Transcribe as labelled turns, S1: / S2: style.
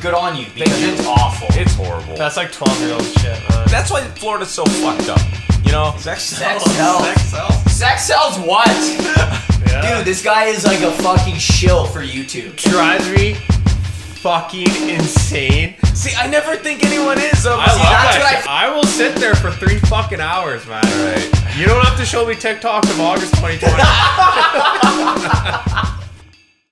S1: Good on you because
S2: do.
S1: it's awful.
S2: It's horrible.
S3: That's like 12 year old shit, man.
S2: That's why Florida's so fucked up. You know?
S4: Sex
S1: Sex sells.
S4: Sex sells.
S1: Sex sells what?
S3: Yeah.
S1: Dude, this guy is like a fucking shill for YouTube.
S3: drives me fucking insane.
S2: See, I never think anyone is. though.
S3: I
S2: See,
S3: love
S1: that's
S3: that
S1: what I-
S3: shit. I, will sit there for three fucking hours, man.
S2: Right.
S3: You don't have to show me TikToks of August 2020.